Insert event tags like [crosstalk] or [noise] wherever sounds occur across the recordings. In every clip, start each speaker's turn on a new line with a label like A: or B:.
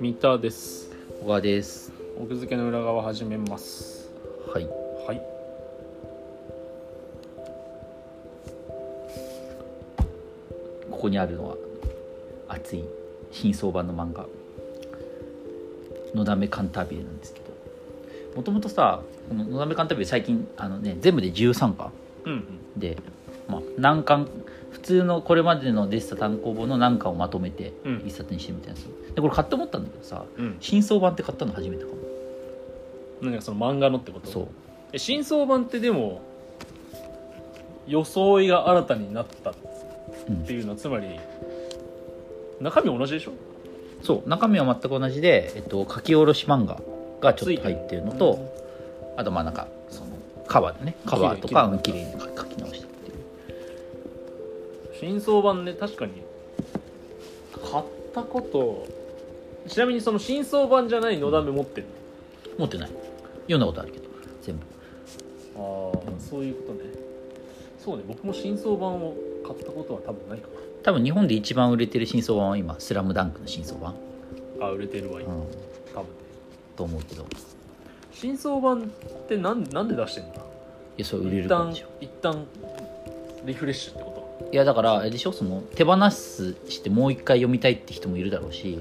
A: 三田です
B: 小川です
A: 奥付けの裏側始めます
B: はい
A: はい
B: ここにあるのは熱い新装版の漫画「のだめカンタービレ」なんですけどもともとさこの「のだめカンタービレ」最近あの、ね、全部で13巻
A: うん
B: で、まあ、難関普通のこれまでの出した単行本の難関をまとめて
A: うん
B: 一冊にしてるみたいなやつでこれ買って思ったんだけどさ
A: うん
B: 新装版って買ったの初めてかも
A: 何かその漫画のってこと
B: そう
A: え真相版ってでも装いが新たになったっ
B: うん
A: ていうのはつまり中身同じでしょ
B: そう中身は全く同じで、えっと、書き下ろし漫画がちょっと入ってるのと、あとまあなんかそのカバーでねカバーとかうん
A: 綺
B: 綺
A: 麗
B: 麗に書き書き直したっていう
A: 真相版ね確かに買ったことちなみにその真相版じゃないのだめ持ってる
B: 持ってない読んだことあるけど全部
A: ああそういうことねそうね僕も真相版を買ったことは多分ないか
B: 多分日本で一番売れてる新装版は今「スラムダンクの新装版、
A: なあ売れてるわ
B: う
A: 今
B: ん、
A: 多分ね
B: と思うけどい
A: 真相版ってなんなんで出してんだ
B: やそれ売れ
A: 一
B: るから
A: 旦
B: でしょ
A: 一旦リフレッシュってこ
B: いやだからあれでしょその手放すしてもう一回読みたいって人もいるだろうし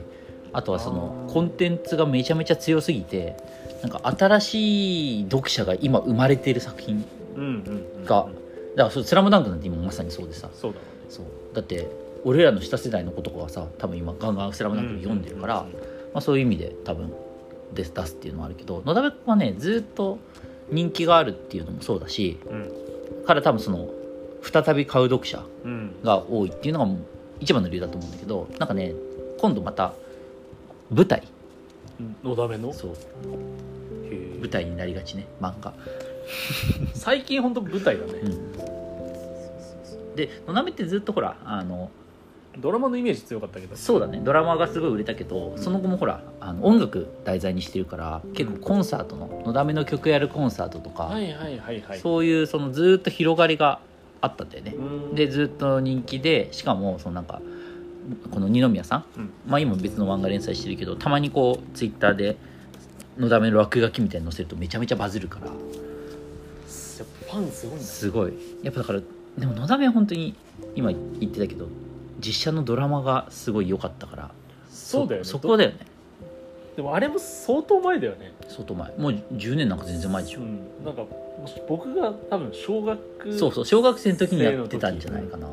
B: あとはその
A: あー
B: コンテンツがめちゃめちゃ強すぎてなんか新しい読者が今生まれている作品
A: とうんうん、うん、
B: がだからそれ「スラムダンクなんて今まさにそうでさ
A: そうだわ
B: そうだって俺らの下世代の子とかはさ多分今ガンガン「スラムダンク読んでるから、
A: うんうんうんうん
B: まあ、そういう意味で多分出す出すっていうのはあるけど野田部君はねずっと人気があるっていうのもそうだし
A: うん
B: から多分その再び買う読者
A: うん
B: が多いっていうのがもう一番の理由だと思うんだけどなんかね今度また舞台
A: のだめの
B: そう
A: へー
B: 舞台になりがちね漫画
A: 最近本当舞台だね、
B: うんで野田部ってずっとほらあの
A: ドラマのイメージ強かったけど
B: そうだねドラマがすごい売れたけどその後もほらあの音楽題材にしてるから結構コンサートののだめの曲やるコンサートとか、
A: はいはいはいはい
B: そういうそのずーっと広がりがあったんだよね
A: う、ん
B: でずーっと人気でしかもそのなんかこの二宮さん、
A: うん
B: まあ今別の漫画連載してるけどたまにこうツイッターで「のだめの落書き」みたいに載せるとめちゃめちゃバズるから
A: やっぱファンすごいんだ
B: すごいやっぱだからでものだめ本当に今言ってたけど実写のドラマがすごい良かったから
A: そうだよね
B: そこだよね
A: でもあれも相当前だよね
B: 相当前もう10年なんか全然前でしょ、
A: うん、なんかもし僕が多分小学
B: そうそう小学生の時にやってたんじゃないかな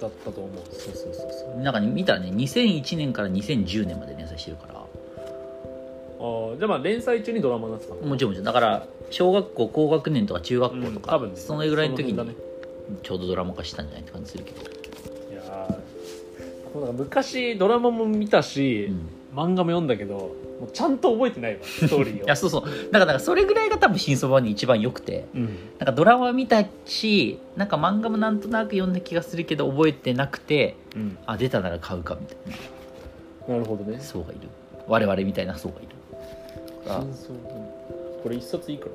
A: だったと思う
B: そうそうそうそうなんか見たらね2001年から2010年まで連載してるから
A: ああじゃあまあ連載中にドラマになってたの
B: もちろんもちろんだから小学校高学年とか中学校とか、
A: うん多分ね
B: そのぐらいの時
A: その辺
B: にちょうどドラマ化したんじゃないって感じするけど、
A: いやーもうなんか昔ドラマも見たし、
B: うん、
A: 漫画も読んだけどもうちゃんと覚えて
B: [laughs]
A: ないわストーリーを
B: いやそうそうだからだからそれぐらいが多分真相版に一番良くて
A: うん
B: なんかドラマ見たしなんか漫画もなんとなく読んだ気がするけど覚えてなくて
A: うん
B: あ出たなら買うかみたい
A: なるほどね
B: な層がいる我々みたいな層がいるあ
A: 真相これ一冊いくら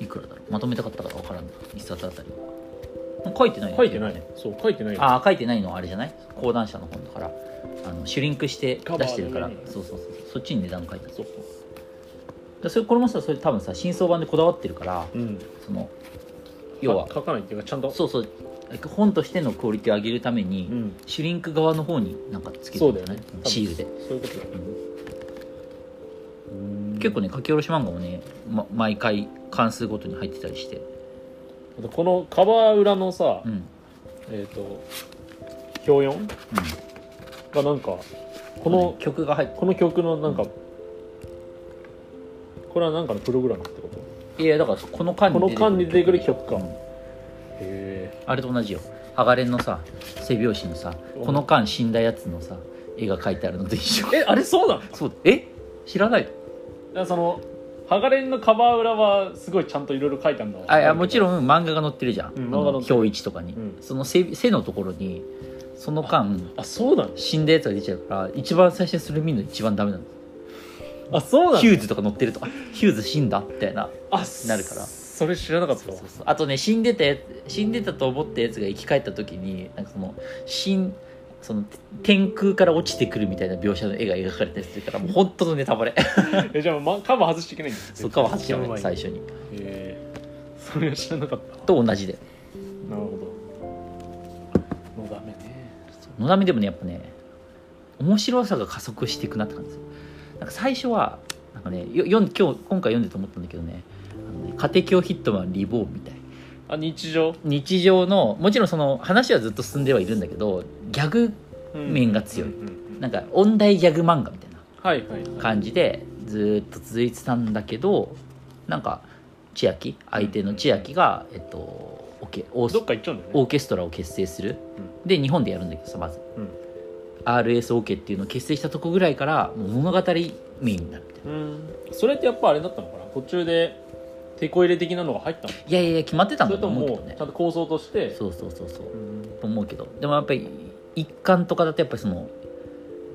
B: いくらだろうまとめたかったから分からんな一冊あたりは書いてないね
A: 書いてないねそう書いてないよ
B: あー書いてないのはあれじゃない講談社の本だからあのシュリンクして
A: カバー
B: 出してるから
A: にね
B: そうそうそうそっちに値段書いてある
A: そう
B: だそれこれもさそれ多分さ新装版でこだわってるから
A: うん
B: その要は
A: か書かないっていうかちゃんと
B: そうそう本としてのクオリティを上げるために、
A: ん
B: シュリンク側の方になんかつけてるんじゃない
A: そうだよね
B: うんシールで、
A: そういうことだよねうん
B: 結構ね書き下ろし漫画もね、ま、毎回関数ごとに入ってたりして
A: あとこのカバー裏のさ、
B: うんうん
A: えっ、と表4がなんかこの
B: ね曲が入って
A: この曲のなんかこれはなんかのプログラムってこと
B: いやだからこの間に
A: この間に出てくる曲か
B: うん
A: へ
B: あれと同じよハガレンのさ背拍子にさ
A: うん
B: この間死んだやつのさ絵が描いてあるのと一緒
A: えあれ [laughs] そうなのだか
B: そうだえ知らない
A: らそのハガレンのカバー裏はすごいちゃんといろいろ書いてあるの
B: あいやもち
A: ん
B: ろん漫画が載ってるじゃん、
A: うん
B: あ
A: 漫画
B: の
A: 載ってる
B: 表一とかに、
A: うん
B: その背背のところにその間
A: あそうなの
B: 死んだやつが出ちゃうから一番最初にそれ見るの一番ダメなの
A: あそうな
B: ヒ
A: の
B: ューズとか乗ってるとあヒューズ死んだみたいな
A: あ
B: なるから
A: そそれ知らなかった
B: そう
A: わ
B: そうそうあとね死んでたやつ死んでたと思ったやつが生き返った時になんかその死んその天空から落ちてくるみたいな描写の絵が描かれたりするからもう本当のネタバレ
A: えじゃあ、ま、カバー外していけないんです
B: そっかは外しちゃうね最
A: 初
B: 初に
A: えーそれは知らなかったわ
B: と同じで
A: なるほどのだめね
B: のだめでもねやっぱね面白さが加速していくなって感じですよなんか最初はなんかねよ読ん今日今回読んでて思ったんだけどね「あのね家庭教ヒットマンリボーン」みたい
A: あ日常、
B: 日常のもちろんその話はずっと進んではいるんだけどギャグ
A: うん
B: 面が強い
A: うんうんうん
B: なんか音大ギャグ漫画みたいな
A: はいはいはい
B: 感じでずーっと続いてたんだけどなんか千秋相手の千秋が、えっと、オケオース
A: どっか行っちゃうんだよ
B: オ
A: ね
B: ーケストラを結成するで日本でやるんだけどさまず、
A: うん
B: RSOK っていうのを結成したとこぐらいからもう物語メインになるみたいな
A: うんそれってやっぱあれだったのかな途中でテこ入れ的なのが入ったの
B: いやいやいや決まってたん
A: そ
B: だ
A: れと
B: と思
A: も
B: うけ
A: も
B: ど
A: う
B: ね
A: ちゃんと構想として
B: そうそうそうそう
A: うん
B: と思うけどでもやっぱり一巻とかだとやっぱりその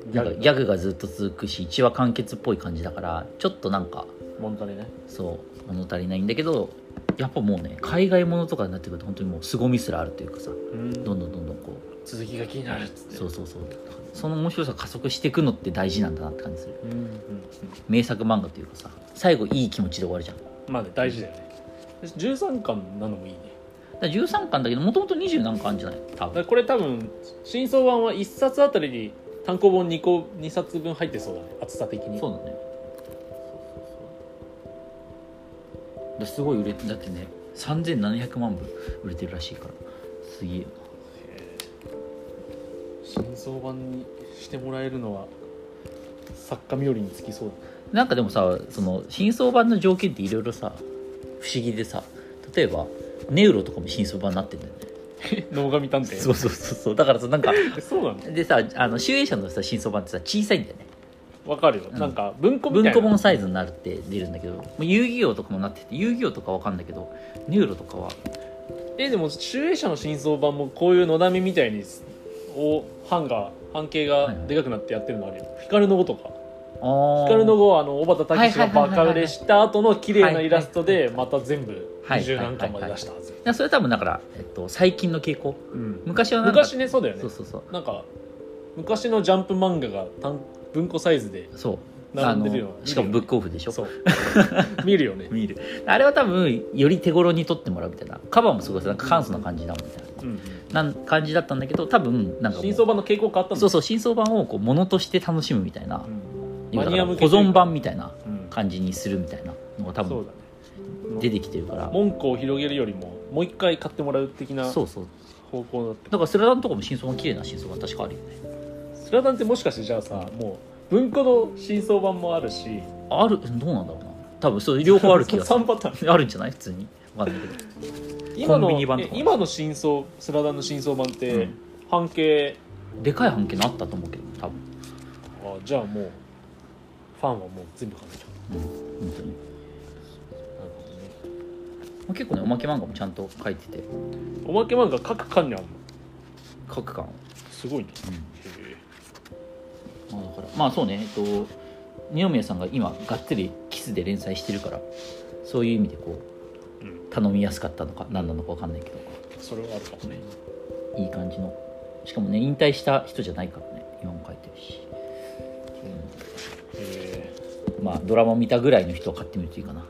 A: ギ
B: なんか
A: ャグ
B: ギャグがずっと続くし一話完結っぽい感じだからちょっとなんか
A: 物足りない
B: そう物足りないんだけどやっぱもうね海外ものとかになってくると本当にもう凄みすらあるというかさどんどんどんどんこう
A: 続きが気になるっつって
B: そうそうそうその面白さ加速していくのって大事なんだなって感じする
A: うんうんうん
B: 名作漫画というかさ最後いい気持ちで終わるじゃんだか
A: まあね大事だよね13巻なのもいいね
B: ら13巻だけどもともと20何巻あるんじゃない多
A: だから
B: 分
A: これ多分真相版は1冊あたりに単行本2個2冊分入ってそうだね厚さ的に
B: そうだねですごい売れてだってね3700万部売れてるらしいからすげえよな
A: 真相版にしてもらえるのは作家冥利につきそう
B: なんかでもさその真相版の条件っていろいろさ不思議でさ例えばネウロとかも真相版になってんだよね
A: [laughs] だね能神探偵
B: そうそうそうそうだからさなんか
A: えそうなの
B: でさあの集英社のさ真相版ってさ小さいんだよね
A: わかるよ、
B: うん
A: なんか文庫みた
B: 文
A: い
B: 庫
A: な
B: 本サイズになるって出るんだけどもう遊戯王とかもなってて遊戯王とかわかんないけどネウロとかは
A: えでも集英社の真相版もこういうのだめみたいにを版が半径がでかくなってやってるのあるよ、光の碁とか
B: あ
A: 光の
B: の
A: 碁はあの小畑武史がバカ売れした後の綺麗なイラスト
B: はいはい
A: で
B: はい
A: また全部
B: はい
A: 二
B: はい
A: 十
B: はいはい
A: 何巻まで出したはず、
B: それ多分だから、えっと、最近の傾向
A: うん
B: 昔はなんか
A: 昔ねそうだよね
B: そうそうそう
A: なんか昔のジャンプ漫画が単文庫サイズで
B: そうあ
A: 並んでるよ
B: のしかもブックオフでしょ
A: そう [laughs] 見るよね、
B: 見るあれは多分より手頃に撮ってもらうみたいなカバーもすごいさなんか簡素な感じだもんみたいな
A: うん、
B: なん感じだったんだけど多分なんかもう
A: 真相版の傾向変わったんだ
B: そうそう真相版をこうものとして楽しむみたいな
A: う、ん、
B: だ
A: マ
B: か
A: ニ
B: ら
A: ア
B: 保
A: 向けというか
B: 存版みたいな
A: うん
B: 感じにするみたいなのが多
A: そう
B: 分
A: だね
B: 出てきてるから
A: 文句を広げるよりももう一回買ってもらう的な
B: そ
A: 方
B: うそう
A: 向だった
B: だからスラダンとかも真相版綺麗な真相版確かあるよね
A: スラダンってもしかしてじゃあさもう文庫の真相版もあるし
B: あるどうなんだろうな多分そう両方ある気が
A: [laughs]
B: す
A: 3パターン
B: るあるんじゃない普通にわかんないけど
A: 今
B: コンビ
A: の
B: ニ版と
A: え
B: か
A: 今の真相スラダンの真相版って、
B: うん
A: 半径
B: でかい半径のあったと思うけど多分
A: あじゃあもうファンはもう全部買わなきゃ
B: 本当に
A: なるほどね
B: まあ結構ねおまけ漫画もちゃんと書いてて
A: おまけ漫画各巻にあるの
B: 各巻
A: すごいね
B: う
A: へ
B: んまあだからまあそうねえっと二宮さんが今がっつりキスで連載してるからそういう意味でこう、
A: うん
B: 頼みやすかったのか何なのか分かんないけど
A: えそれはあるかもね
B: いい感じのしかもね引退した人じゃないからね今も書いてるし、
A: へえ
B: うんまあドラマ見たぐらいの人は買ってみるといいかな